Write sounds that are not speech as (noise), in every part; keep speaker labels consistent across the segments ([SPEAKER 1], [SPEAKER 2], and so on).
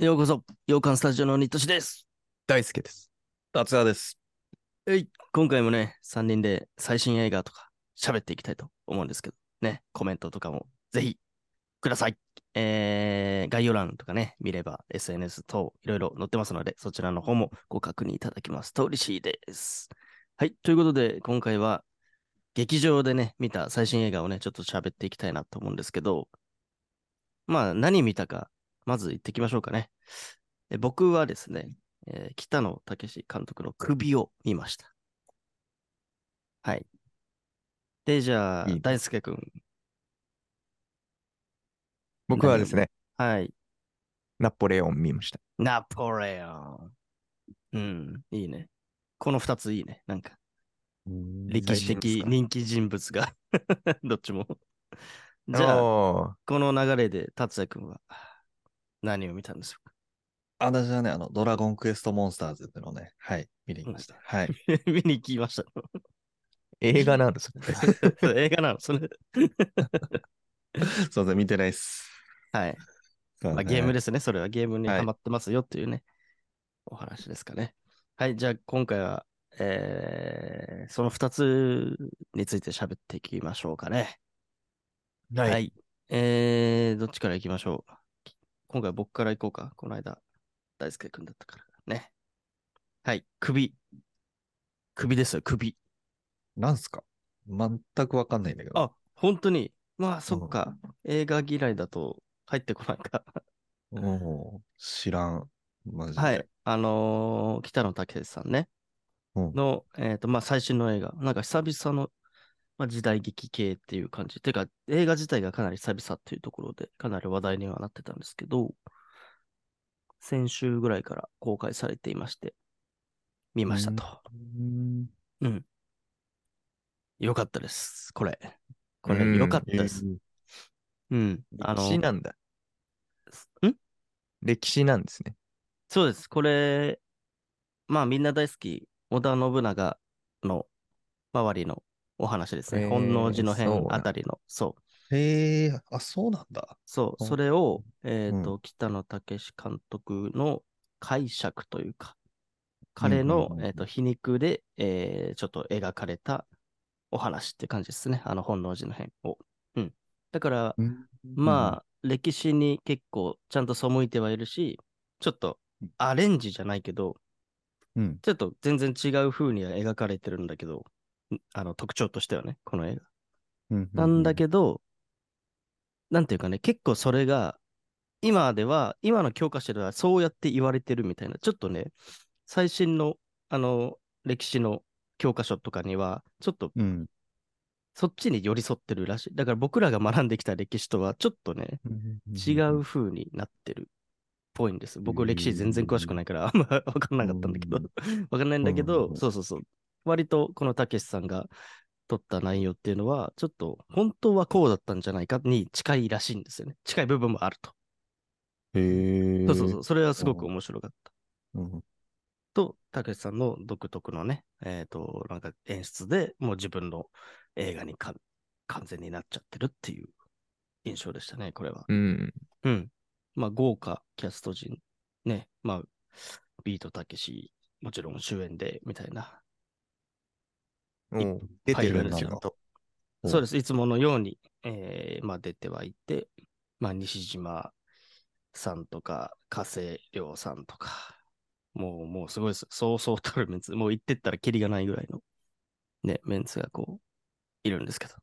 [SPEAKER 1] ようこそ、洋館スタジオのニットシです。
[SPEAKER 2] 大輔です。達也です。
[SPEAKER 1] はい、今回もね、3人で最新映画とか喋っていきたいと思うんですけど、ね、コメントとかもぜひください。えー、概要欄とかね、見れば SNS 等いろいろ載ってますので、そちらの方もご確認いただきますと嬉しいです。はい、ということで、今回は劇場でね、見た最新映画をね、ちょっと喋っていきたいなと思うんですけど、まあ、何見たか、まず言ってきましょうかね。え僕はですね、えー北野武史監督の首を見ました。はい。で、じゃあ、
[SPEAKER 2] いいね
[SPEAKER 1] 大輔くん。
[SPEAKER 2] 僕はですね、
[SPEAKER 1] はい。
[SPEAKER 2] ナポレオン見ました。
[SPEAKER 1] ナポレオン。うん、いいね。この二ついいね。なんか、歴史的人気人物が、 (laughs) どっちも。じ
[SPEAKER 2] じ
[SPEAKER 1] ゃあ、
[SPEAKER 2] ゃ
[SPEAKER 1] この流れで、達也くんは何を見たんでしょうか
[SPEAKER 3] 私はね、あの、ドラゴンクエストモンスターズっていうのをね、はい、見に行きました。はい。
[SPEAKER 1] (laughs) 見に行きました。
[SPEAKER 2] 映画なんです
[SPEAKER 3] (laughs)
[SPEAKER 2] よ。
[SPEAKER 1] 映画なの、そ (laughs) れ。
[SPEAKER 3] すいません、見てないっす。
[SPEAKER 1] はい。
[SPEAKER 3] すいま
[SPEAKER 1] まあ、
[SPEAKER 3] せん
[SPEAKER 1] ゲームですね。それはゲームに
[SPEAKER 3] はい
[SPEAKER 1] ハマってますよっていうね、お話ですかね。はい。じゃあ、今回は、えー、その2つについて喋っていきましょうかね。
[SPEAKER 2] は
[SPEAKER 1] はいい。えー、どっちから行きましょうき今回僕から行こうか。この間、大輔君だったからね。はい。首。首ですよ、首。
[SPEAKER 3] なんすか全くわかんないんだけど。
[SPEAKER 1] あ、本当に。まあ、そっか。映画嫌いだと入ってこないか。
[SPEAKER 3] うん知らん。マジで。
[SPEAKER 1] はい。。あのー北野武さんね。
[SPEAKER 3] うん
[SPEAKER 1] の、えっ、と、まあ、最新の映画。なんか久々の、まあ、時代劇系っていう感じ。てか、映画自体がかなり久々っていうところで、かなり話題にはなってたんですけど、先週ぐらいから公開されていまして、見ましたと。よかったです。これ。こ
[SPEAKER 2] う
[SPEAKER 1] れ、
[SPEAKER 2] ん
[SPEAKER 1] よかったです。うん。あ
[SPEAKER 2] 歴
[SPEAKER 1] の
[SPEAKER 2] 史なんだ。
[SPEAKER 1] ん
[SPEAKER 2] 歴史なんですね。
[SPEAKER 1] そうです。これ、まあみんな大好き、織田信長の周りのお話ですね。
[SPEAKER 2] えー
[SPEAKER 1] 本能寺の
[SPEAKER 2] そう
[SPEAKER 1] 変
[SPEAKER 2] なん
[SPEAKER 1] あたりの。そう。
[SPEAKER 3] へえ、あ、そうなんだ。
[SPEAKER 1] そう。
[SPEAKER 3] うん
[SPEAKER 1] それを、えっ、と、
[SPEAKER 3] う
[SPEAKER 1] 北野武監督の解釈というか、彼の、
[SPEAKER 3] うんうんうんうん
[SPEAKER 1] えー、と皮肉で、えーちょっと描かれたお話って感じですね。あの本能寺の変を。うん。だから、まあ、歴史に結構ちゃんと背いてはいるし、ちょっとアレンジじゃないけど、
[SPEAKER 3] うん
[SPEAKER 1] ちょっと全然違う風には描かれてるんだけど、んあの特徴としてはね、この映画。
[SPEAKER 3] う、
[SPEAKER 1] なんだけど、なんていうかね、結構それが、今では、今の教科書ではそうやって言われてるみたいな、ちょっとね、最新の、あの、歴史の教科書とかには、ちょっと
[SPEAKER 3] ど。うん。
[SPEAKER 1] そっちに寄り添ってるらしい。だから僕らが学んできた歴史とは、ちょっとね、違う風になってるっぽいんです。僕、歴史全然詳しくないから、あんま分かんなかったんだけど
[SPEAKER 3] うん、
[SPEAKER 1] 分かんないんだけ
[SPEAKER 3] う
[SPEAKER 1] ど、
[SPEAKER 3] ん
[SPEAKER 1] そうそうそう。割とこのたけしさんが撮った内容っていうのは、ちょっと本当はこうだったんじゃないかに近いらしいんですよね。近い部分もあると。
[SPEAKER 3] へえ。
[SPEAKER 1] そうそうそうう。それはすごく面白かった。
[SPEAKER 3] うん。
[SPEAKER 1] と、たけしさんの独特のね、えっ、と、なんか演出でもう自分の映画にか完全になっちゃってるっていう印象でしたね、これは。
[SPEAKER 2] うん。
[SPEAKER 1] うん。まあ、豪華キャスト陣。ね。まあ、ビートたけし、もちろん主演で、みたいな。
[SPEAKER 2] おう出てるんだ、
[SPEAKER 1] はい
[SPEAKER 2] ちゃんと。
[SPEAKER 3] お
[SPEAKER 1] そうです。いつものように、えーまあ、出てはいて、まあ、西島さんとか、加瀬亮さんとか、もう、もうすごいです。そうそうたるメンツ。もう行ってったらキリがないぐらいの、ね、メンツがこう、いるんですけど。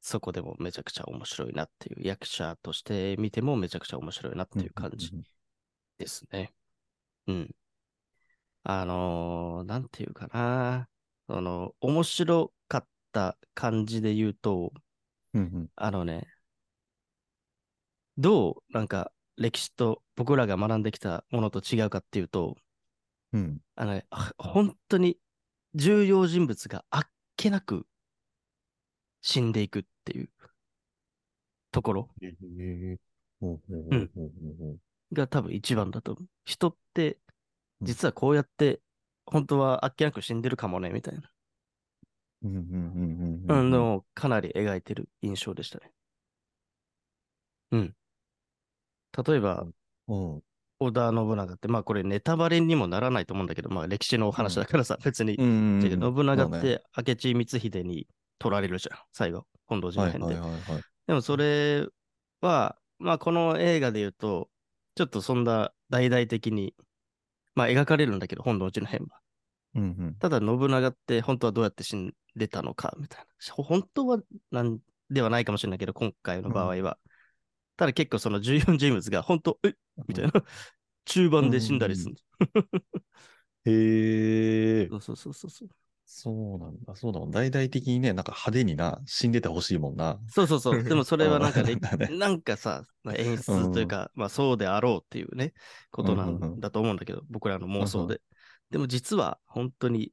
[SPEAKER 1] そこでもめちゃくちゃ面白いなっていう、役者として見てもめちゃくちゃ面白いなっていう感じ。ですね。うん。あのーなんていうかな。その、面白かった感じで言うと、
[SPEAKER 3] うんうん。
[SPEAKER 1] あのね、どう、なんか、歴史と僕らが学んできたものと違うかっていうと、
[SPEAKER 3] うん。
[SPEAKER 1] あのね、あ本当に重要人物があっけなく死んでいくっていうところ。
[SPEAKER 3] へえ。うん
[SPEAKER 1] んが多分一番だと思う。人って、
[SPEAKER 3] うん
[SPEAKER 1] 実はこうやって、本当はあっけなく死んでるかもね、みたいな。
[SPEAKER 3] うんうん
[SPEAKER 1] うん、のをかなり描いてる印象でしたね。うん。例えば、
[SPEAKER 3] うん。
[SPEAKER 1] 織田信長って、まあこれネタバレにもならないと思うんだけど、まあ歴史のお話だからさ、別に。
[SPEAKER 3] うん
[SPEAKER 1] だけど信長っ
[SPEAKER 3] そうね
[SPEAKER 1] て明智光秀に取られるじゃん、最後、本土事
[SPEAKER 3] は
[SPEAKER 1] 変
[SPEAKER 3] い
[SPEAKER 1] で。
[SPEAKER 3] はいはいはい。
[SPEAKER 1] でもそれは、まあこの映画で言うと、ちょっとそんな大々的に、まあ描かれるんだけど、本土事変は。
[SPEAKER 3] うんうん。
[SPEAKER 1] ただ信長って本当はどうやって死んでたのかみたいな。ほ本当はなんではないかもしれないけど、今回の場合は。ただ結構その14人物が本当、えみたいな。中盤で死んだりする、
[SPEAKER 3] へえ。
[SPEAKER 1] そうそうそうそう。
[SPEAKER 3] そうなんだ、そうだもん。大々的にね、なんか派手にな、死んでてほしいもんな。、
[SPEAKER 1] そうそうそう。でもそれはなんかね
[SPEAKER 3] (laughs) だね
[SPEAKER 1] (laughs) なんかさ、演出というか、まあそうであろうっていうね、ことな
[SPEAKER 3] うんうんうん
[SPEAKER 1] んだと思うんだけど、僕らの妄想で。でも実は本当に、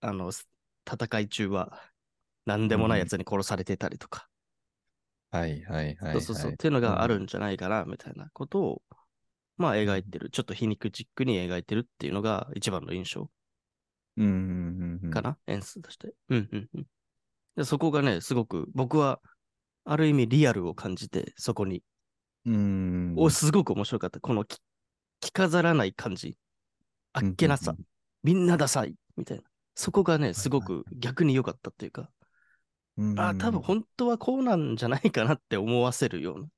[SPEAKER 1] あの、す戦い中は何でもない奴に殺されてたりとか、
[SPEAKER 3] はいはいはい、はい。
[SPEAKER 1] そうそうそう。っていうのがあるんじゃないかな、みたいなことを、まあ描いてる。ちょっと皮肉チックに描いてるっていうのが一番の印象
[SPEAKER 3] うんうんうんうん。
[SPEAKER 1] かな、演出として。うんうんうんで。そこがね、すごく僕は、ある意味リアルを感じて、そこに。
[SPEAKER 3] うん。
[SPEAKER 1] お、すごく面白かった。このき着飾らない感じ。あっけなさ。
[SPEAKER 3] うんうん
[SPEAKER 1] みんなダサい。みたいな。そこがね、すごく逆に良かったっていうか、
[SPEAKER 3] うんうん。
[SPEAKER 1] ああ、多分本当はこうなんじゃないかなって思わせるような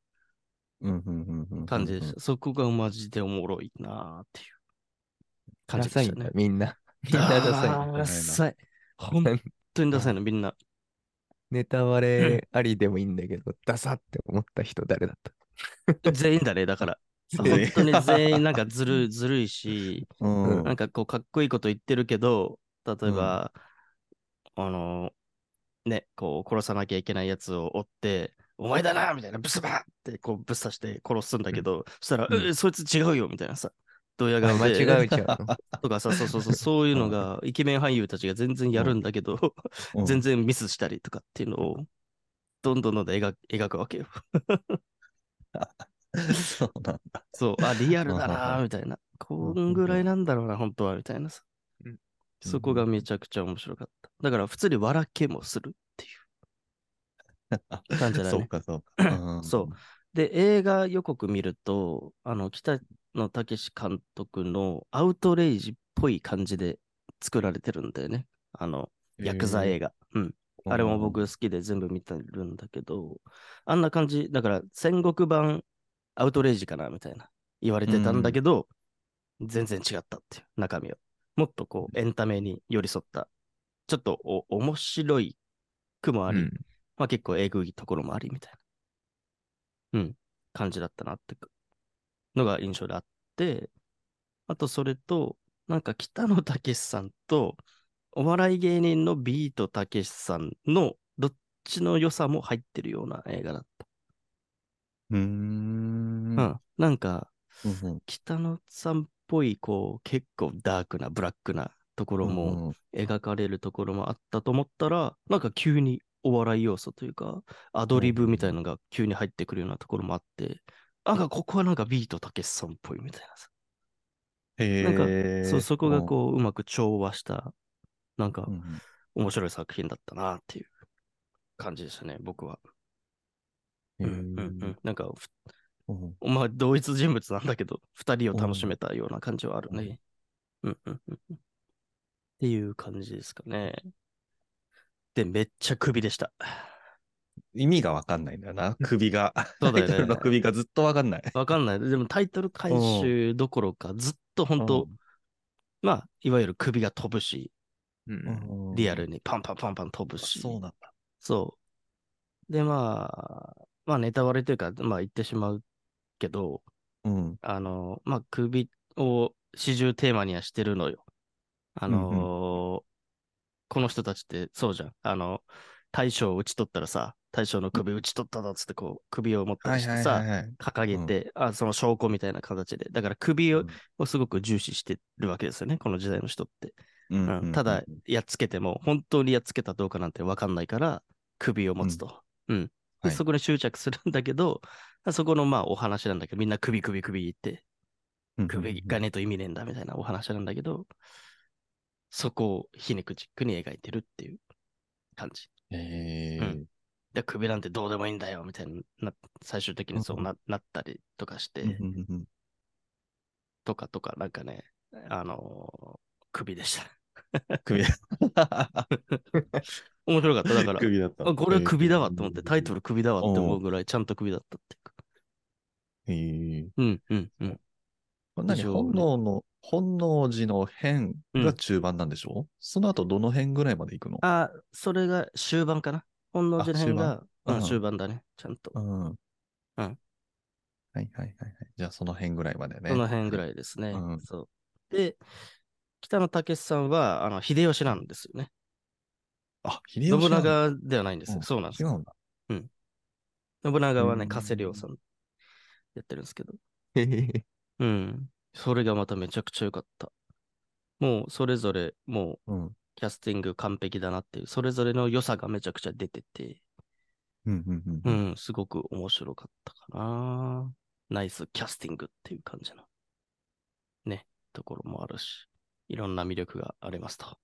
[SPEAKER 3] うんうんうんうんうん
[SPEAKER 1] 感じでした。そこがマジでおもろいなーっていう感じで
[SPEAKER 2] ダサい
[SPEAKER 1] し
[SPEAKER 2] ん
[SPEAKER 1] た
[SPEAKER 2] だ
[SPEAKER 1] ね。
[SPEAKER 2] みんな。みんなダサい。
[SPEAKER 1] ダサい。本当にダサいの、みん
[SPEAKER 3] (laughs)
[SPEAKER 1] な。
[SPEAKER 2] ネタバレありでもいいんだけど、ダサって思った人誰だっ
[SPEAKER 1] 全員だね、だ
[SPEAKER 3] (laughs)
[SPEAKER 1] から。
[SPEAKER 3] そ
[SPEAKER 1] 本
[SPEAKER 3] うね
[SPEAKER 1] 当に全員なんかずるい、ずるいし、
[SPEAKER 3] うん。
[SPEAKER 1] なんかこう、かっこいいこと言ってるけど、例えば、あの、ね、こう、殺さなきゃいけないやつを追って、お前だなみたいな、ブスバーってこう、ぶっ刺して殺すんだけど、そしたら、
[SPEAKER 2] うん
[SPEAKER 1] えそいつ違うよみたいなさ、ドヤ
[SPEAKER 2] た
[SPEAKER 1] 顔で。
[SPEAKER 2] 間違えち (laughs) ゃうの。
[SPEAKER 1] (laughs) とかさ、そうそうそう、そういうのが、イケメン俳優たちが全然やるんだけど、
[SPEAKER 3] うん
[SPEAKER 1] 全然ミスしたりとかっていうのを、どんどんどんどん描く描くわけよ。
[SPEAKER 3] そうなんだ。
[SPEAKER 1] そう、あ、リアルだな
[SPEAKER 3] (laughs) う
[SPEAKER 1] ー
[SPEAKER 3] ん
[SPEAKER 1] みたいな。こんぐらいなんだろうな、本当は、みたいなさ
[SPEAKER 2] うん。
[SPEAKER 1] そこがめちゃくちゃ面白かった。だから、普通に笑けもするって
[SPEAKER 3] (laughs)
[SPEAKER 1] いう感じだ
[SPEAKER 3] そう
[SPEAKER 1] ね。
[SPEAKER 3] かそうか。ん
[SPEAKER 1] そう。で、映画予告見ると、あの、北野武監督のアウトレイジっぽい感じで作られてるんだよね。あの、ヤクザ映画。うん。あれも僕好きで全部見てるんだけど、あんな感じ、だから戦国版アウトレイジかなみたいな言われてたんだけど、全然違ったっていう中身を。もっとこうエンタメに寄り添った、ちょっとお面白いくもあ
[SPEAKER 2] う
[SPEAKER 1] り、
[SPEAKER 2] ん
[SPEAKER 1] まあ結構えぐいところもありみたいな、うん、感じだったなってくのが印象であって、あとそれと、なんか北野武さんとお笑い芸人のビートたけしさんのどっちの良さも入ってるような映画だった。
[SPEAKER 3] うーん。
[SPEAKER 1] うん。なんか
[SPEAKER 3] うんうん
[SPEAKER 1] 北野さんっぽい、こう結構ダークな、ブラックなところも
[SPEAKER 3] うんうん
[SPEAKER 1] 描かれるところもあったと思ったら、なんか急にお笑い要素というか、アドリブみたいのが急に入ってくるようなところもあって、なんかここはなんかビートたけしさんっぽいみたいなさ、
[SPEAKER 3] へ
[SPEAKER 1] なんか
[SPEAKER 3] え。
[SPEAKER 1] そうそこがこううまく調和した、なんか
[SPEAKER 3] うん。うんうん
[SPEAKER 1] 面白い作品だったなっていう感じでしたね、僕は。
[SPEAKER 3] へ
[SPEAKER 1] う
[SPEAKER 3] ー
[SPEAKER 1] んうんうん、なんかふ、
[SPEAKER 3] うんうん
[SPEAKER 1] まあ同一人物なんだけど、二人を楽しめたような感じはあるね。うんうんうんうん。っていう感じですかね。で、めっちゃ首でした。
[SPEAKER 3] 意味がわかんないんだよな。首が。
[SPEAKER 1] そうだよね
[SPEAKER 3] タイトルの (laughs) 首がずっとわかんない。
[SPEAKER 1] わかんない。でもタイトル回収どころか、ずっと本当、まあ、いわゆる首が飛ぶし、
[SPEAKER 2] うん
[SPEAKER 3] うん
[SPEAKER 1] リアルにパンパンパンパン飛ぶし。
[SPEAKER 3] そうなんだ。
[SPEAKER 1] そうで、まあ、まあ、ネタバレというか、まあ、言ってしまうけど、
[SPEAKER 3] うん。
[SPEAKER 1] あの、まあ、首を始終テーマにはしてるのよ。あのーこの人たちってそうじゃん。あの、大将を討ち取ったらさ、大将の首討ち取っただっつってこう、首を持った
[SPEAKER 3] は
[SPEAKER 1] り
[SPEAKER 3] い
[SPEAKER 1] してさ、
[SPEAKER 3] はいはいはい。
[SPEAKER 1] 掲げて、あその証拠みたいな形で、だから首を,、をすごく重視してるわけですよね、この時代の人って。
[SPEAKER 3] うん
[SPEAKER 1] うんただ
[SPEAKER 3] うん、
[SPEAKER 1] やっつけても、本当にやっつけたどうかなんて分かんないから、首を持つと。うんで
[SPEAKER 3] はい
[SPEAKER 1] そこに執着するんだけど、そこのまあお話なんだけど、みんな首首首言って、
[SPEAKER 3] うん
[SPEAKER 1] 首がねえと意味ねえんだみたいなお話なんだけど、そこを皮肉チックに描いてるっていう感じ。
[SPEAKER 3] へ
[SPEAKER 1] う
[SPEAKER 3] ー
[SPEAKER 1] んで首なんてどうでもいいんだよみたいな、な最終的にそうな,、なったりとかして、
[SPEAKER 3] うんうんうん
[SPEAKER 1] とかとか、なんかね、あのー首でした。 (laughs)
[SPEAKER 3] 首。
[SPEAKER 1] 面白かった。だから、
[SPEAKER 3] 首だった。
[SPEAKER 1] あこれ首だわと思って、タイト
[SPEAKER 3] ル。
[SPEAKER 1] ル首だわって思うぐらい、ちゃんと首だったっていうか。
[SPEAKER 3] へー
[SPEAKER 1] うん、うん、うん。
[SPEAKER 3] こんなに
[SPEAKER 1] 以上
[SPEAKER 3] 本能の、本能寺の変が中盤なんでしょ、その後どの辺ぐらいまで行くの
[SPEAKER 1] あ、それが終盤かな。本能寺の辺が、う
[SPEAKER 3] あ終盤
[SPEAKER 1] ん
[SPEAKER 3] うん
[SPEAKER 1] 終盤だね。ちゃんと。
[SPEAKER 3] うん。はい
[SPEAKER 1] うん
[SPEAKER 3] はいはいはい。じゃあその辺ぐらいまでね。
[SPEAKER 1] その辺ぐら
[SPEAKER 3] い。
[SPEAKER 1] いですね。
[SPEAKER 3] うん
[SPEAKER 1] そうで、北野武さんはあの秀吉なんですよね。
[SPEAKER 3] あ、秀
[SPEAKER 1] 信
[SPEAKER 3] 吉なんだ。
[SPEAKER 1] 長ではないんですよ。
[SPEAKER 3] うん
[SPEAKER 1] そうなんです
[SPEAKER 3] 違
[SPEAKER 1] よ。
[SPEAKER 3] うんだ。
[SPEAKER 1] 信長はね、
[SPEAKER 3] うん
[SPEAKER 1] 加瀬亮さんやってるんですけど。
[SPEAKER 2] へへ
[SPEAKER 1] うん。それがまためちゃくちゃ良かった。もうそれぞれ、もう
[SPEAKER 3] うん。
[SPEAKER 1] キャスティング完璧だなっていう、それぞれの良さがめちゃくちゃ出てて、
[SPEAKER 3] うんうんうん
[SPEAKER 1] う
[SPEAKER 3] うん。
[SPEAKER 1] ん、すごく面白かったかな。ナイスキャスティングっていう感じの、ね、ところもあるし、いろんな魅力がありますと。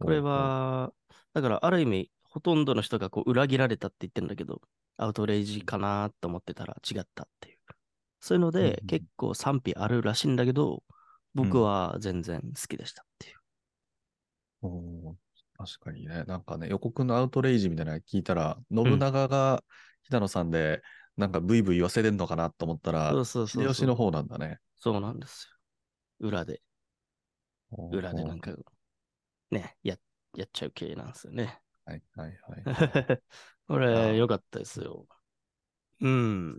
[SPEAKER 1] これは、だからある意味、ほとんどの人がこう裏切られたって言ってるんだけど、アウトレイジかなと思ってたら違ったっていう。そういうの
[SPEAKER 3] うんうん
[SPEAKER 1] で、結構賛否あるらしいんだけど、僕
[SPEAKER 3] うん
[SPEAKER 1] は全然好きでしたっていう。
[SPEAKER 3] おー。確かにね。なんかね、予告のアウトレイジみたいなの聞いたら、信長が北野さんで、なんかブイブイ言わせてんのかなと思ったら、
[SPEAKER 1] そうそうそうそう
[SPEAKER 3] 秀吉の方なんだね。
[SPEAKER 1] そうなんですよ。裏で、裏で
[SPEAKER 3] おー
[SPEAKER 1] なんか、ね、ややっちゃう系なんですよね。
[SPEAKER 3] はいはいはい。
[SPEAKER 1] (laughs) こ
[SPEAKER 3] ああ
[SPEAKER 1] れ、良かったですよ。うん。っ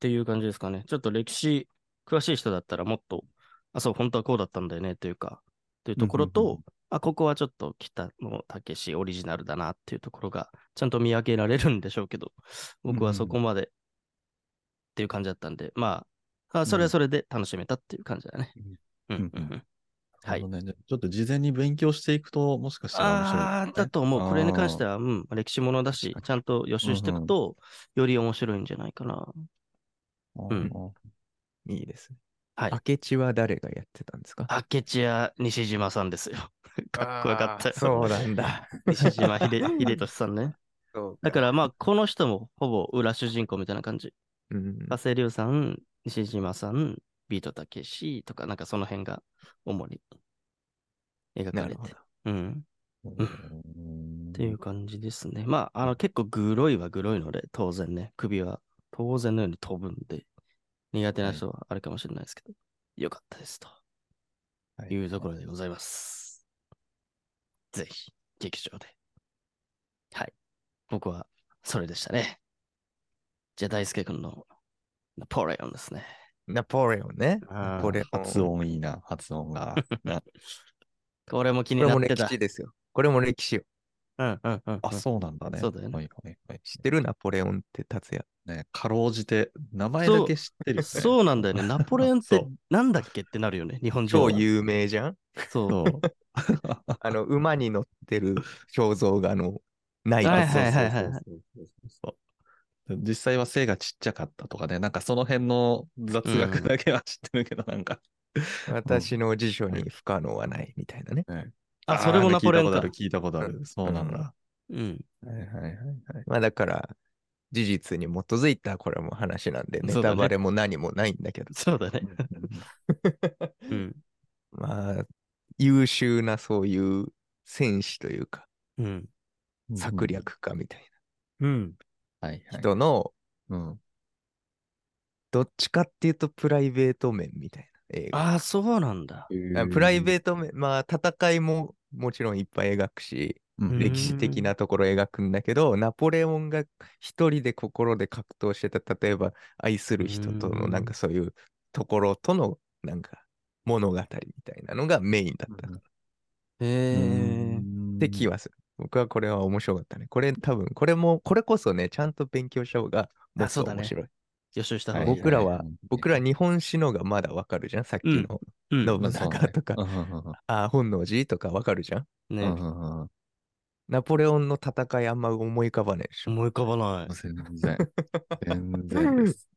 [SPEAKER 1] ていう感じですかね。ちょっと歴史、詳しい人だったらもっと、あ、そう、本当はこうだったんだよね、というか、というところ
[SPEAKER 3] うんうんうん
[SPEAKER 1] と、あ、ここはちょっと北野武オリジナルだなっていうところが、ちゃんと見分けられるんでしょうけど、僕はそこまでっていう感じだったんで、まあ、あそれはそれで楽しめたっていう感じだね。うんんうんうん。はい
[SPEAKER 3] なるほどねじゃあちょっと事前に勉強していくと、もしかしたら面白いかもね、
[SPEAKER 1] ああー、だと思う。これに関して
[SPEAKER 3] は。
[SPEAKER 1] は、うん、歴史ものだし
[SPEAKER 3] 確か、に
[SPEAKER 1] ちゃんと予習していくと、より面白いんじゃないかな。うん
[SPEAKER 2] (laughs) いいですね。
[SPEAKER 1] はい
[SPEAKER 2] 明智は誰がやってたんですか
[SPEAKER 1] 明智や西島さんですよ。 (laughs) かっこよかったよ。
[SPEAKER 2] そうなん (laughs) だ。、
[SPEAKER 1] (laughs) 西島秀秀俊さんね。だかららまあ、この人もほぼ裏主人公みたいな感じ。
[SPEAKER 2] うん、
[SPEAKER 1] 加瀬亮さん、西島さん、ビートたけしとか、なんかその辺が主に描か
[SPEAKER 2] な
[SPEAKER 1] れ
[SPEAKER 2] る
[SPEAKER 1] て
[SPEAKER 2] ほど。。
[SPEAKER 1] うん。
[SPEAKER 3] うん
[SPEAKER 1] っていう感じですね。まあ、あの結構グロいはグロいので、当然ね、首は当然のように飛ぶんで、苦手な人はあるかもしれないですけど、よかったですと
[SPEAKER 3] はい
[SPEAKER 1] いうところでございます。ぜひ、劇場で。はい。僕は、それでしたね。じゃあ、大輔君のナポレオンですね。
[SPEAKER 2] ナポレオンね。
[SPEAKER 1] あー
[SPEAKER 2] これ
[SPEAKER 3] 発音いいな、発音
[SPEAKER 1] (laughs)
[SPEAKER 3] が。な
[SPEAKER 1] これも気
[SPEAKER 2] こ
[SPEAKER 1] に
[SPEAKER 2] れ
[SPEAKER 1] な
[SPEAKER 2] も
[SPEAKER 1] って
[SPEAKER 2] 歴
[SPEAKER 1] た。
[SPEAKER 2] 史ですよ。これも歴史よ。
[SPEAKER 1] うんうんうんうん。
[SPEAKER 3] あ、そうなんだね。
[SPEAKER 1] そうだよね
[SPEAKER 3] はいはいはい
[SPEAKER 2] 知ってるナポレオンって達也。
[SPEAKER 3] ね、かろうじて、名前だけ知ってるよね。
[SPEAKER 1] そうなんだよね。ナポレオンっ
[SPEAKER 3] そ
[SPEAKER 1] て
[SPEAKER 3] う
[SPEAKER 1] なんだっけってなるよね。日本人
[SPEAKER 2] 超
[SPEAKER 1] は。
[SPEAKER 2] 有名じゃん (laughs)
[SPEAKER 1] そう。
[SPEAKER 3] そう。
[SPEAKER 2] あの、馬に乗ってる肖像画のない
[SPEAKER 1] は
[SPEAKER 2] や
[SPEAKER 1] い
[SPEAKER 2] つ。
[SPEAKER 1] はいはいはい
[SPEAKER 3] そうそうそうそうそう実際は背がちっちゃかったとかね、なんかその辺の雑学だけは知ってるけど、なんか。
[SPEAKER 2] 私の辞書に不可能はないみたいなね。
[SPEAKER 1] あ、それもナポレオンか。
[SPEAKER 3] 聞いたことある、聞いたことある。そうなんだ。
[SPEAKER 1] うん。
[SPEAKER 3] はいはい
[SPEAKER 1] (laughs)
[SPEAKER 3] はいはい。
[SPEAKER 2] まあだから、事実に基づいたこれも話なんで、ネ
[SPEAKER 1] そうだね
[SPEAKER 2] タバレも何もないんだけど。
[SPEAKER 1] (laughs) そうだね。うん。
[SPEAKER 2] まあ、優秀なそういう戦士というか、
[SPEAKER 1] うん。
[SPEAKER 2] 策略家みたい
[SPEAKER 1] うん。
[SPEAKER 3] はいは。
[SPEAKER 2] ない人の、
[SPEAKER 3] うん。
[SPEAKER 2] どっちかっていうとプライベート面みたいな映画。
[SPEAKER 1] ああ、そうなんだ。
[SPEAKER 2] あプライベ
[SPEAKER 3] ー
[SPEAKER 2] ート面、まあ戦いももちろんいっぱい描くし、
[SPEAKER 3] ト
[SPEAKER 1] うん
[SPEAKER 2] 歴史的なところを描くんだけど、ナポレオンが一人で心で格闘してた、例えば愛する人との
[SPEAKER 1] うん
[SPEAKER 2] なんかそういうところとのなんか物語みたいなのがメインだったっ
[SPEAKER 1] へえ。
[SPEAKER 2] て気はする。僕はこれは面白かったね。これ多分、これも、これこそね、ちゃんと勉強した方がも
[SPEAKER 1] あ
[SPEAKER 2] っ
[SPEAKER 1] そ
[SPEAKER 2] と
[SPEAKER 1] うだね
[SPEAKER 2] 面白い。
[SPEAKER 1] 予習した
[SPEAKER 3] は
[SPEAKER 1] 方がい
[SPEAKER 3] い
[SPEAKER 1] いね。
[SPEAKER 2] 僕らは、僕ら
[SPEAKER 3] に
[SPEAKER 2] 日本史のがまだわかるじゃんさっきの
[SPEAKER 1] うん
[SPEAKER 2] 信
[SPEAKER 3] まあそうだね
[SPEAKER 2] 長とか、あ本能寺とかわかるじゃん
[SPEAKER 1] ね、
[SPEAKER 2] ナポレオンの戦いあんま思い浮かばないでしょ。
[SPEAKER 1] 思い浮かばない。
[SPEAKER 3] 全然。全然です。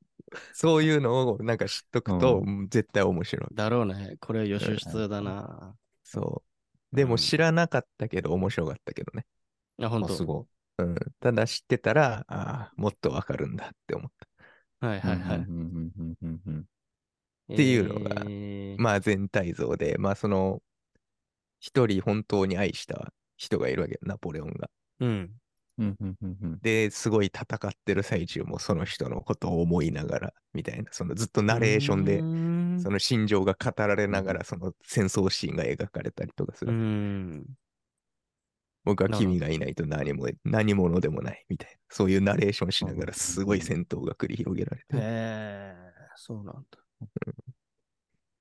[SPEAKER 2] そういうのをなんか知っとくと
[SPEAKER 3] う
[SPEAKER 2] 絶対面白い。
[SPEAKER 1] だろうね。これ予習必要だな。
[SPEAKER 2] そう。で
[SPEAKER 3] う
[SPEAKER 2] も
[SPEAKER 3] ん
[SPEAKER 2] 知らなかったけど面白かったけどね。
[SPEAKER 1] あ、ほん
[SPEAKER 3] あ
[SPEAKER 1] と。
[SPEAKER 3] すご
[SPEAKER 2] うん、ただ知ってたら、ああ、もっとわかるんだって思っ
[SPEAKER 1] はい
[SPEAKER 3] い。
[SPEAKER 1] はいはい。
[SPEAKER 3] うんうんうんうんうん
[SPEAKER 1] って
[SPEAKER 2] いうのが
[SPEAKER 1] ま
[SPEAKER 2] まあ全体像で、まあその、一人本当に愛した人がいるわけよナポレオンが。
[SPEAKER 1] うん。
[SPEAKER 3] うんうんうんうん。
[SPEAKER 2] で、すごい戦ってる最中もその人のことを思いながら、みたいな、そのずっとナレーションで、
[SPEAKER 1] で
[SPEAKER 2] その心情が語られながら、その戦争シーンが描かれたりとかす
[SPEAKER 1] う
[SPEAKER 2] る。
[SPEAKER 1] ん。
[SPEAKER 2] 僕は
[SPEAKER 1] なるほど
[SPEAKER 2] 君がいないと何も、何者でもない、みたいな。そういうナレーションしながら、すごい戦闘が繰り広げられてるっ
[SPEAKER 1] へえ、そうなんだ。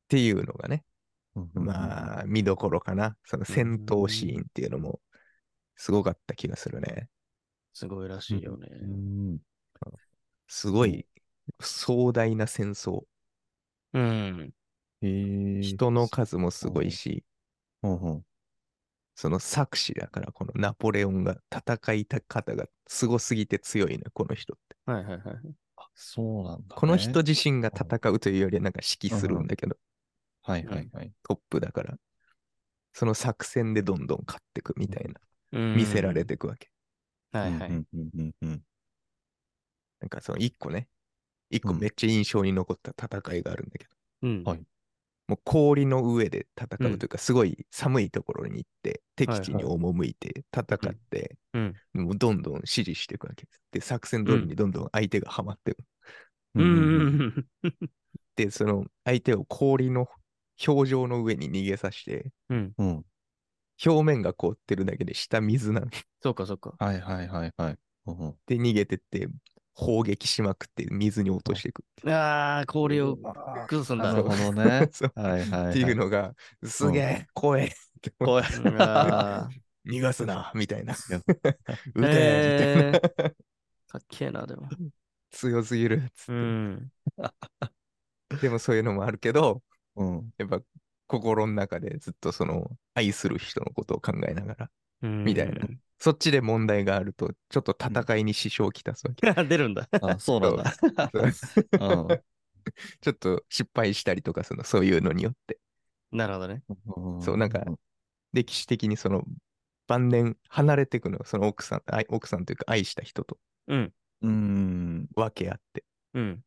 [SPEAKER 2] ていうのがね、
[SPEAKER 3] うんうんうん
[SPEAKER 2] まあ、見どころかな。その戦闘シーンっていうのも、すごかった気がするね。
[SPEAKER 1] すごいらしいよね。
[SPEAKER 3] うん
[SPEAKER 2] すごい壮大な戦争。
[SPEAKER 1] うん。
[SPEAKER 3] へえ
[SPEAKER 2] 人の数もすごいし、
[SPEAKER 3] うんうん
[SPEAKER 2] その作詞だから、このナポレオンが戦い方がすごすぎて強いね、この人って。
[SPEAKER 1] はいはいはい。
[SPEAKER 3] あそうなんだね。
[SPEAKER 2] この人自身が戦うというよりはなんか指揮するんだけど、
[SPEAKER 3] はいはいはい。
[SPEAKER 2] トップだから、その作戦でどんどん勝ってくみたいな、
[SPEAKER 1] うん
[SPEAKER 2] 見せられ。てくわけ。
[SPEAKER 1] はいはい。
[SPEAKER 3] うんうんうんうんうん。
[SPEAKER 2] なんかその一個ね、一個
[SPEAKER 3] うん
[SPEAKER 2] めっちゃ印象に残った戦いがあるんだけ
[SPEAKER 1] う
[SPEAKER 2] ど、
[SPEAKER 1] ん
[SPEAKER 3] はい
[SPEAKER 2] もう氷の上で戦うというか、すごい寒いところに行って、
[SPEAKER 1] はい
[SPEAKER 2] 敵地に赴いて戦って、
[SPEAKER 1] うん
[SPEAKER 2] もうどんどん指示していくわけです。で、作戦通りにどんどん相手がハマってく。
[SPEAKER 1] うんうん
[SPEAKER 3] ん。
[SPEAKER 1] うん
[SPEAKER 2] で、その相手を氷の表情の上に逃げさせて、
[SPEAKER 1] うん。
[SPEAKER 3] うん。
[SPEAKER 2] 表面が凍ってるだけで下水なの。
[SPEAKER 1] そうかそうか。
[SPEAKER 3] はいはいはいはい。うんうん
[SPEAKER 2] で、逃げてって、砲撃しまくって水に落としていく。
[SPEAKER 1] ああ、氷を崩すんだ
[SPEAKER 3] な
[SPEAKER 2] そ
[SPEAKER 3] る
[SPEAKER 2] う。
[SPEAKER 3] ほどね
[SPEAKER 2] (laughs) そう
[SPEAKER 3] はいはいはい。
[SPEAKER 2] っていうのが、すげえ、怖え。
[SPEAKER 3] 怖い。
[SPEAKER 1] (laughs) うんあ
[SPEAKER 2] 逃がすな、みたいな。
[SPEAKER 3] や
[SPEAKER 1] ー
[SPEAKER 2] 撃て、みたい
[SPEAKER 1] へ
[SPEAKER 2] な
[SPEAKER 1] ー。かっけえな、でも。
[SPEAKER 2] 強すぎるっつって。
[SPEAKER 1] うん。
[SPEAKER 2] でもそういうのもあるけど、
[SPEAKER 3] うん。
[SPEAKER 2] やっぱ心の中でずっとその愛する人のことを考えながら、
[SPEAKER 1] み
[SPEAKER 2] たいそっちで問題があると、ちょっと戦いに支障をきたすわけ。
[SPEAKER 1] (laughs) な。出るんだ。
[SPEAKER 3] あ、そうなん
[SPEAKER 1] (laughs)
[SPEAKER 3] だ。うん
[SPEAKER 2] ちょっと失敗したりとか、そのそういうのによって、
[SPEAKER 1] なるほどね。
[SPEAKER 3] うん。
[SPEAKER 2] そうなんか歴史的にその晩年離れていくの、その奥さん、あい奥さんというか愛した人と
[SPEAKER 1] うん。
[SPEAKER 3] うん。
[SPEAKER 2] 分け合って、
[SPEAKER 1] うん。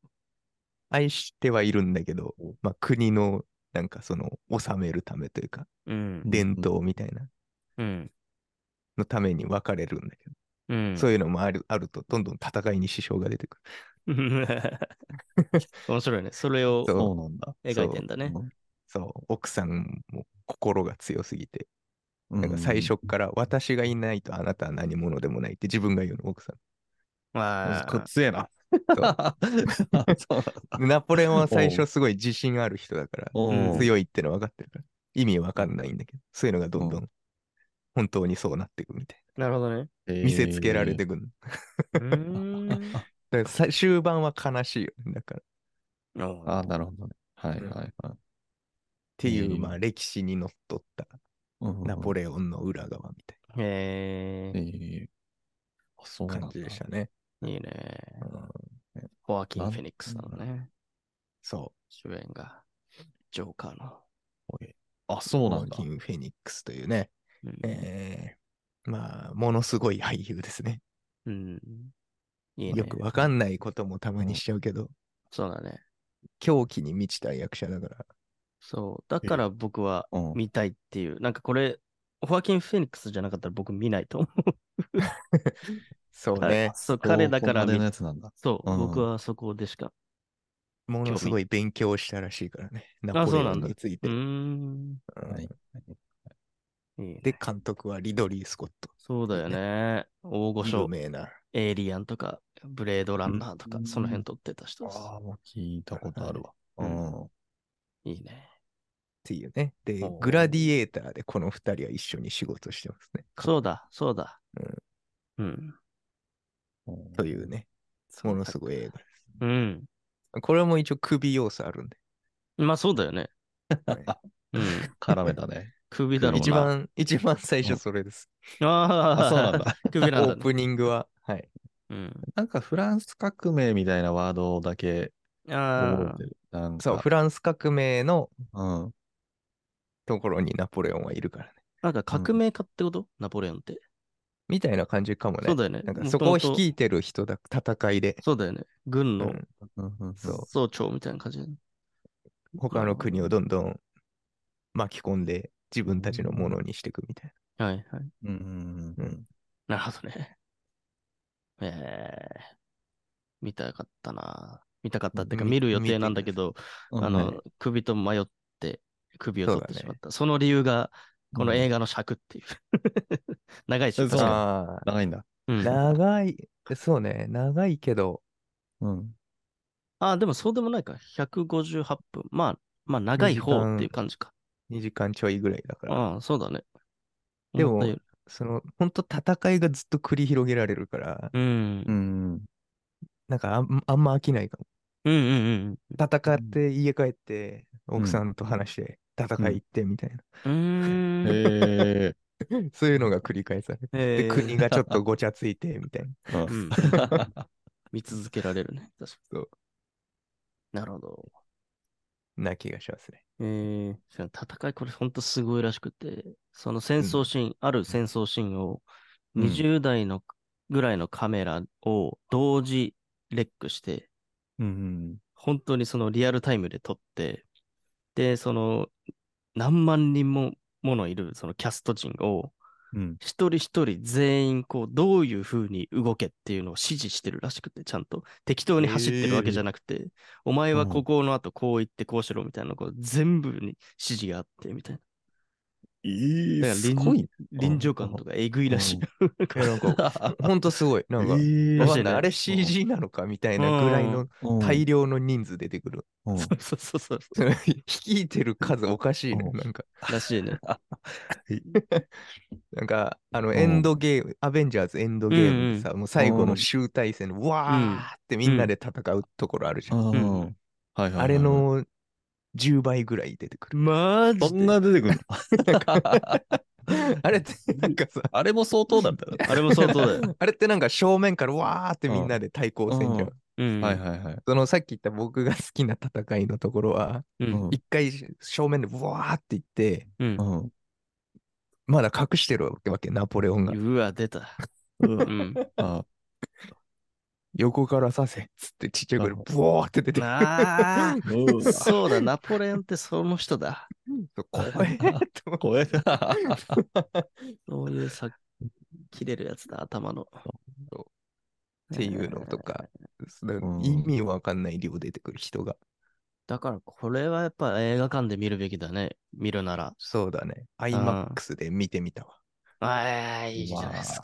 [SPEAKER 2] 愛してはいるんだけど、まあ、国のなんかその治めるためというか、
[SPEAKER 1] うん。
[SPEAKER 2] 伝統みたいな
[SPEAKER 1] うん。
[SPEAKER 2] のために別れるんだけど、
[SPEAKER 1] うん。
[SPEAKER 2] そういうのもあるあると、どんどん戦いに支障が出てくる。
[SPEAKER 1] (laughs) 面白いね。それを
[SPEAKER 2] そう
[SPEAKER 3] そうなんだ。
[SPEAKER 1] 描いてんだね。
[SPEAKER 2] そう、奥さんも心が強すぎて、
[SPEAKER 3] う
[SPEAKER 2] なんか最初っから私がいないとあなたは何者でもないって自分が言うの、奥さん。
[SPEAKER 1] ま
[SPEAKER 3] こ
[SPEAKER 1] あ
[SPEAKER 3] っ、ちえな。
[SPEAKER 2] そう
[SPEAKER 3] (laughs)
[SPEAKER 2] でナポレオンは最初すごい自信ある人だから、
[SPEAKER 1] おう
[SPEAKER 2] 強いっての分かってるから、意味分かんないんだけど、そういうのがどんどん本当にそうなっていくみたい
[SPEAKER 1] なるほどね。
[SPEAKER 2] な。見せつけられてくる。
[SPEAKER 1] うーん。
[SPEAKER 2] だからさ終盤は悲しいよね。だから、っ
[SPEAKER 1] あ
[SPEAKER 3] あ、なるほどね。はいはいはい。
[SPEAKER 2] ていう、
[SPEAKER 3] へえ
[SPEAKER 2] まあ歴史にのっとったナポ
[SPEAKER 3] レ
[SPEAKER 2] レオンの裏側みたい
[SPEAKER 1] へえ、
[SPEAKER 3] あ、そう
[SPEAKER 2] な
[SPEAKER 3] なん
[SPEAKER 2] 感
[SPEAKER 3] だ
[SPEAKER 2] じでしたね。
[SPEAKER 1] いいね。
[SPEAKER 2] うん
[SPEAKER 1] ホアキン・フェニックスなのね。
[SPEAKER 2] そ。
[SPEAKER 1] 主演が、ジョーカーの。
[SPEAKER 3] あ、そううなんだ
[SPEAKER 2] ホー。キン・フェニックスというね、
[SPEAKER 1] うん
[SPEAKER 2] えーまあ、ものすごい俳優ですね。
[SPEAKER 1] うん。いいね。
[SPEAKER 2] よくわかんないこともたまにしちゃうけど、
[SPEAKER 1] そうだね。
[SPEAKER 2] 狂気に満ちた役者だから。
[SPEAKER 1] そう。だから僕は
[SPEAKER 3] うん
[SPEAKER 1] 見たいっていう。なんかこれ、ホアキン・フェニックスじゃなかったら僕見ないと思
[SPEAKER 2] そう
[SPEAKER 1] う。
[SPEAKER 2] ね。
[SPEAKER 1] そう、彼だから
[SPEAKER 3] ここまで
[SPEAKER 1] 見
[SPEAKER 3] のやつなんだ。
[SPEAKER 1] そう、
[SPEAKER 3] うん
[SPEAKER 1] 僕はそこでしか。
[SPEAKER 2] ものすごい勉強したらしいからね。ナ
[SPEAKER 1] あ
[SPEAKER 2] ポ
[SPEAKER 1] そう
[SPEAKER 2] レ
[SPEAKER 1] な
[SPEAKER 2] オ
[SPEAKER 1] ん
[SPEAKER 2] ン
[SPEAKER 1] だ
[SPEAKER 2] についうて。
[SPEAKER 1] ーん。
[SPEAKER 2] うん
[SPEAKER 3] はい
[SPEAKER 1] いいね
[SPEAKER 2] で、監督はリドリー・スコット。
[SPEAKER 1] そうだよね。大御
[SPEAKER 2] 有
[SPEAKER 1] 所、
[SPEAKER 2] 名な。
[SPEAKER 1] エイリアンとか、ブレードランナーとか
[SPEAKER 3] う、ん
[SPEAKER 1] その辺撮ってた人です。
[SPEAKER 3] ああ、もう聞いたことあるわ。
[SPEAKER 1] は
[SPEAKER 3] う
[SPEAKER 1] い
[SPEAKER 3] ん。
[SPEAKER 1] いいね。
[SPEAKER 2] っていうね。で
[SPEAKER 1] おー、
[SPEAKER 2] グラディエーターでこの二人は一緒に仕事してますね。
[SPEAKER 1] そうだ、そうだ。うん。
[SPEAKER 2] というね。ものすごい映
[SPEAKER 1] うん。
[SPEAKER 2] 画。これも一応首要素あるんで。
[SPEAKER 1] まあそうだよね。うん。
[SPEAKER 3] 絡めた
[SPEAKER 2] (laughs)
[SPEAKER 3] ね。
[SPEAKER 1] 首だろうな。
[SPEAKER 2] 一番、一番最初それです。
[SPEAKER 1] ああ、
[SPEAKER 3] あ、そうなん。だ。
[SPEAKER 1] 首
[SPEAKER 2] (laughs) オ
[SPEAKER 1] なんだ、
[SPEAKER 2] ー
[SPEAKER 1] ね。
[SPEAKER 2] プニングは、はい。
[SPEAKER 1] うん。
[SPEAKER 3] なんかフランス革命みたいなワードだけ覚
[SPEAKER 1] ああ
[SPEAKER 3] えて、る。なんか
[SPEAKER 2] そう、フランス革命の
[SPEAKER 3] うん。
[SPEAKER 2] ところにナポレオンはいるからね。
[SPEAKER 1] なんか革命家ってこと、ナポレオンって。
[SPEAKER 2] みたいな感じかもね。
[SPEAKER 1] そうだよね。
[SPEAKER 2] なんかそこを
[SPEAKER 1] 元々
[SPEAKER 2] 率いてる人だ、戦いで。
[SPEAKER 1] そうだよね。軍の
[SPEAKER 2] うん
[SPEAKER 3] うんうんうん
[SPEAKER 2] そう
[SPEAKER 1] 総長みたいな感じだね。
[SPEAKER 2] 他の国をどんどん巻き込んで自分たちのものにしていくみたい
[SPEAKER 1] はいはい。
[SPEAKER 3] うんうん
[SPEAKER 2] な。うん。
[SPEAKER 1] なるほどね。 (laughs) えー、見たかったな。見たかったっていうか、
[SPEAKER 2] み
[SPEAKER 1] 見る予定なんだけど、
[SPEAKER 3] うん
[SPEAKER 1] あ
[SPEAKER 3] うん
[SPEAKER 1] の、首と迷って、首を取って
[SPEAKER 2] そうだね
[SPEAKER 1] しまった。そ,、の理由が、この映画の尺っていう。 (laughs) 長いし、
[SPEAKER 3] そう
[SPEAKER 1] 確か
[SPEAKER 2] ああ、
[SPEAKER 3] 長いんだ。
[SPEAKER 1] にうんあ
[SPEAKER 2] 長い、そうね、長いけど、
[SPEAKER 3] うん。
[SPEAKER 1] ーでもそうでもないか。158分。まあ、まあ、長い方っていう感じか。
[SPEAKER 2] 2時間ちょいぐらいだから、
[SPEAKER 1] ああ、そうだね。
[SPEAKER 2] でも
[SPEAKER 1] 思ったより
[SPEAKER 2] その、本当戦いがずっと繰り広げられるから、
[SPEAKER 1] うん
[SPEAKER 3] う。ん。
[SPEAKER 2] なんかあんあんま飽きないかも。
[SPEAKER 1] うんうんうん
[SPEAKER 2] 戦って家帰って、
[SPEAKER 3] ん
[SPEAKER 2] 奥さんと話して、戦い行ってみたいな、
[SPEAKER 1] うん。うーん。
[SPEAKER 3] (laughs) ええ。
[SPEAKER 2] そういうのが繰り返される。
[SPEAKER 1] え
[SPEAKER 2] で、
[SPEAKER 1] ー
[SPEAKER 2] 国がちょっとごちゃついてみたいな。
[SPEAKER 1] う
[SPEAKER 3] (laughs) うん
[SPEAKER 1] ん見続けられるね。確かに。
[SPEAKER 2] そう
[SPEAKER 1] なるほど。
[SPEAKER 2] な気がしますね。
[SPEAKER 1] えー、その戦い、これ本当すごいらしくて、その戦争シーン、ある戦争シーンを
[SPEAKER 3] うん
[SPEAKER 1] 20代のぐらいのカメラを同時レックして、
[SPEAKER 3] うん。
[SPEAKER 1] 本当にそのリアルタイムで撮って、で、その何万人もものいるそのキャスト陣を
[SPEAKER 3] うん。
[SPEAKER 1] 一人一人全員こうどういう風に動けっていうのを指示してるらしくて、ちゃんと適当に走ってるわけじゃなくて、お前はここの後こう言ってこうしろみたいなのが全部に指示があってみたいな。
[SPEAKER 3] いい
[SPEAKER 1] だから
[SPEAKER 3] すごい。
[SPEAKER 1] 臨場感とかえぐいらしい。
[SPEAKER 2] いやなんか、ほんとすごい。なんか、
[SPEAKER 3] ええ
[SPEAKER 1] ら
[SPEAKER 2] わ
[SPEAKER 1] しい
[SPEAKER 2] か
[SPEAKER 1] ね
[SPEAKER 2] んないあれ CG なのかみたいなぐらいの大量の人数出てくる。
[SPEAKER 3] う
[SPEAKER 1] (laughs)
[SPEAKER 3] ん
[SPEAKER 1] そうそうそう。
[SPEAKER 2] その (laughs) 率いてる数おかしいの。
[SPEAKER 3] うん
[SPEAKER 2] なんか、
[SPEAKER 1] らしいね。
[SPEAKER 2] なんか、あの、
[SPEAKER 3] ん
[SPEAKER 2] エンドゲーム、アベンジャーズエンドゲームでさ、もう最後の集大成のわーってみんなで戦うところあるじゃん。
[SPEAKER 3] うん
[SPEAKER 1] う
[SPEAKER 3] はいはいはい。
[SPEAKER 2] あれの10倍ぐらい出てくる。
[SPEAKER 1] マ
[SPEAKER 3] そ (laughs) んな出てくる
[SPEAKER 2] なんか (laughs) あれってなんかさ、
[SPEAKER 3] あれも相当なんだな。
[SPEAKER 1] あれも相当だ
[SPEAKER 2] (laughs)
[SPEAKER 1] よ。
[SPEAKER 2] あれってなんか正面からわーってみんなで対抗戦じゃ
[SPEAKER 3] うん
[SPEAKER 2] ん。
[SPEAKER 1] うん。
[SPEAKER 3] はいはいはい。
[SPEAKER 2] そのさっき言った僕が好きな戦いのところは、
[SPEAKER 1] うん。
[SPEAKER 2] 一回正面でブワーっていって、
[SPEAKER 1] うん
[SPEAKER 3] う。ん。
[SPEAKER 2] まだ隠してるわけ、ナポレオンが。
[SPEAKER 1] うわ、出た。
[SPEAKER 3] う
[SPEAKER 1] うんん。
[SPEAKER 3] (laughs) あ
[SPEAKER 2] 横から刺せっつってちっちゃい声で
[SPEAKER 3] うん
[SPEAKER 2] ブワーって出てくる。
[SPEAKER 1] あ
[SPEAKER 3] う (laughs)
[SPEAKER 1] あ、そうだ、ナポレオンってその人だ。
[SPEAKER 2] 怖えと思って
[SPEAKER 3] これ (laughs) だ。
[SPEAKER 1] そういうさ、切れるやつだ、頭の。
[SPEAKER 2] っていうのとか、
[SPEAKER 3] ん
[SPEAKER 2] 意味わかんない量出てくる人が。
[SPEAKER 1] だから、これはやっぱ映画館で見るべきだね。見るなら。
[SPEAKER 2] そうだね。IMAX で見てみたわ。
[SPEAKER 1] ああ、いいじゃないです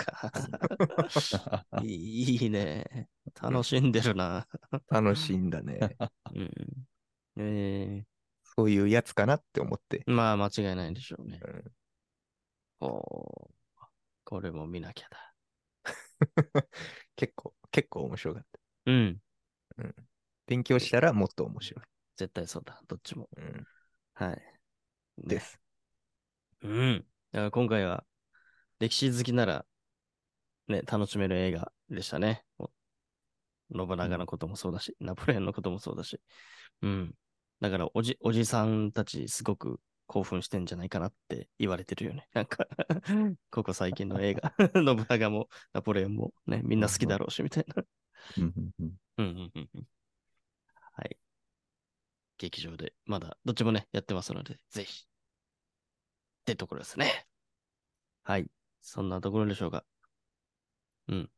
[SPEAKER 1] (laughs) か。いいいいね。楽しんでるな。
[SPEAKER 2] 楽しいんだね。
[SPEAKER 1] うん。え
[SPEAKER 2] そういうやつかなって思って。
[SPEAKER 1] えまあ、間違いないでしょうね。
[SPEAKER 2] うん
[SPEAKER 1] おーこれも見なきゃだ。
[SPEAKER 2] 結構、結構面白かった。
[SPEAKER 1] うん。
[SPEAKER 2] 勉強したらもっと面白い。
[SPEAKER 1] 絶対そうだ。どっちも。
[SPEAKER 2] うん
[SPEAKER 1] はい。ね
[SPEAKER 2] です。
[SPEAKER 1] うん。だから今回は、歴史好きなら、ね、楽しめる映画でしたね。もう信長のこともそうだし、ナポレオンのこともそうだし。うん。だから、おじ、おじさんたち、すごく興奮してんじゃないかなって言われてるよね。なん (laughs) か、ここ最近の映画、 (laughs) 信長もナポレオンもね、みんな好きだろうし、みたいな。うんうんうんうん。はい。劇場で、まだ、どっちもね、やってますので、ぜひ。ってところですね。はい。そんなところでしょうか。うん。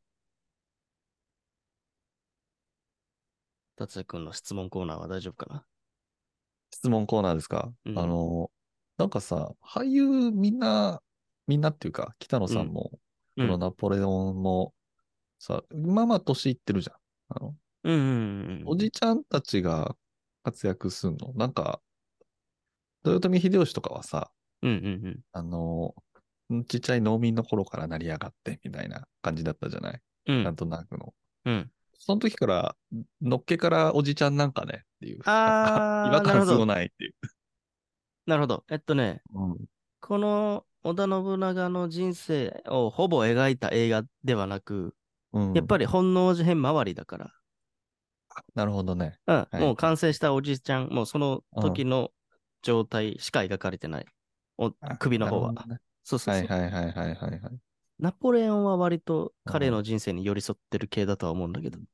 [SPEAKER 1] 達也くんの質問コーナーは大丈夫かな
[SPEAKER 3] 質問コーナーですか、
[SPEAKER 1] うん
[SPEAKER 3] あの、なんかさ、俳優みんな、みんなっていうか、北野さんも、
[SPEAKER 1] うん
[SPEAKER 3] このナポレオンも、さ、まあまあ年いってるじゃん。あの、
[SPEAKER 1] うんうんうんうん。
[SPEAKER 3] おじちゃんたちが活躍するの、なんか、豊臣秀吉とかはさ、
[SPEAKER 1] うんうんうん。
[SPEAKER 3] あの、ちっちゃい農民の頃から成り上がって、みたいな感じだったじゃない、
[SPEAKER 1] う
[SPEAKER 3] なん
[SPEAKER 1] ん。
[SPEAKER 3] となくの。
[SPEAKER 1] うん、
[SPEAKER 3] その時から、のっけからおじちゃんなんかねっていう。
[SPEAKER 1] (laughs) あー
[SPEAKER 3] なんか
[SPEAKER 1] な
[SPEAKER 3] 違和
[SPEAKER 1] る
[SPEAKER 3] 感
[SPEAKER 1] ほ
[SPEAKER 3] す
[SPEAKER 1] ど
[SPEAKER 3] ごないっていう。
[SPEAKER 1] なるほど。えっとね、
[SPEAKER 3] うん
[SPEAKER 1] この織田信長の人生をほぼ描いた映画ではなく、
[SPEAKER 3] うん
[SPEAKER 1] やっぱり本能寺編周りだから、
[SPEAKER 3] なるほどね。
[SPEAKER 1] うん、
[SPEAKER 3] い
[SPEAKER 1] もう完成したおじいちゃん、もうその時の状態しか描かれてない。お
[SPEAKER 3] あ
[SPEAKER 1] 首の方は。
[SPEAKER 3] なる
[SPEAKER 1] そうそうそう、
[SPEAKER 3] ほどねはいはいはいはいはいはい。
[SPEAKER 1] ナポレオンは割と彼の人生に寄り添ってる系だとは思うんだけど。
[SPEAKER 2] ま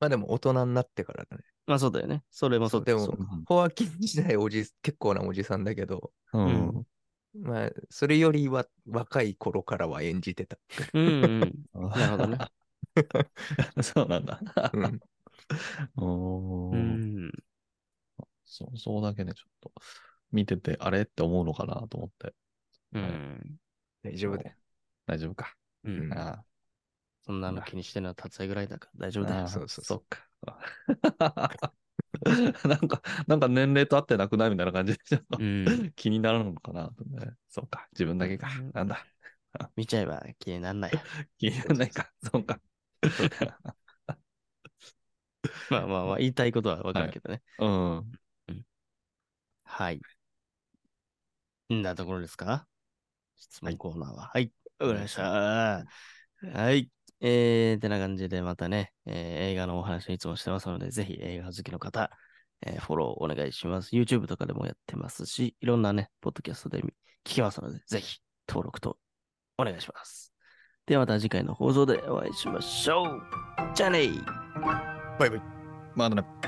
[SPEAKER 2] あでも大人になってからだね。
[SPEAKER 1] まあそうだよね。それもそうだよ
[SPEAKER 2] そうで
[SPEAKER 1] そう
[SPEAKER 2] ホアキン時代おじ、結構なおじさんだけど、
[SPEAKER 3] うん
[SPEAKER 1] うん
[SPEAKER 2] まあ、それよりは若い頃からは演じてた。
[SPEAKER 1] うんうん。
[SPEAKER 3] うん
[SPEAKER 1] なるほどね。
[SPEAKER 3] (laughs) そうなんだ。 (laughs)
[SPEAKER 2] うん、
[SPEAKER 3] お
[SPEAKER 1] う
[SPEAKER 3] ー
[SPEAKER 1] ん。
[SPEAKER 3] そう、そうだけね、ちょっと、見てて、あれって思うのかなと思って。
[SPEAKER 1] うん。
[SPEAKER 2] (laughs) 大丈夫だよ。
[SPEAKER 3] 大丈夫か。
[SPEAKER 1] う
[SPEAKER 2] うん
[SPEAKER 1] ん。
[SPEAKER 3] あ
[SPEAKER 1] そんなの気にしてるのは達也ぐらいだから大丈夫だ
[SPEAKER 3] あ
[SPEAKER 1] よ
[SPEAKER 3] ー。
[SPEAKER 2] そうそうそう
[SPEAKER 3] そっか。 (laughs) なんか、なんか年齢と合ってなくないみたいな感じで、ちょっと
[SPEAKER 1] うん。
[SPEAKER 3] 気になるのかなとね。そうか、自分だけか
[SPEAKER 1] うん。
[SPEAKER 3] なんだ、
[SPEAKER 1] 見ちゃえば気にならない。
[SPEAKER 3] (laughs) 気にならないか。そうか。
[SPEAKER 1] まあまあまあ、言いたいことはわかるけどね。
[SPEAKER 3] うん。
[SPEAKER 1] はい。んなところですか質問コーナーは。はい。わかりました。はい。えー、てな感じでまたね、えー映画のお話をいつもしてますので、ぜひ映画好きの方、えーフォローお願いします。YouTube とかでもやってますし、いろんなね、ポッドキャストで聞きますので、ぜひ登録とお願いします。ではまた次回の放送でお会いしましょう。じゃあねー
[SPEAKER 3] まあ、ね。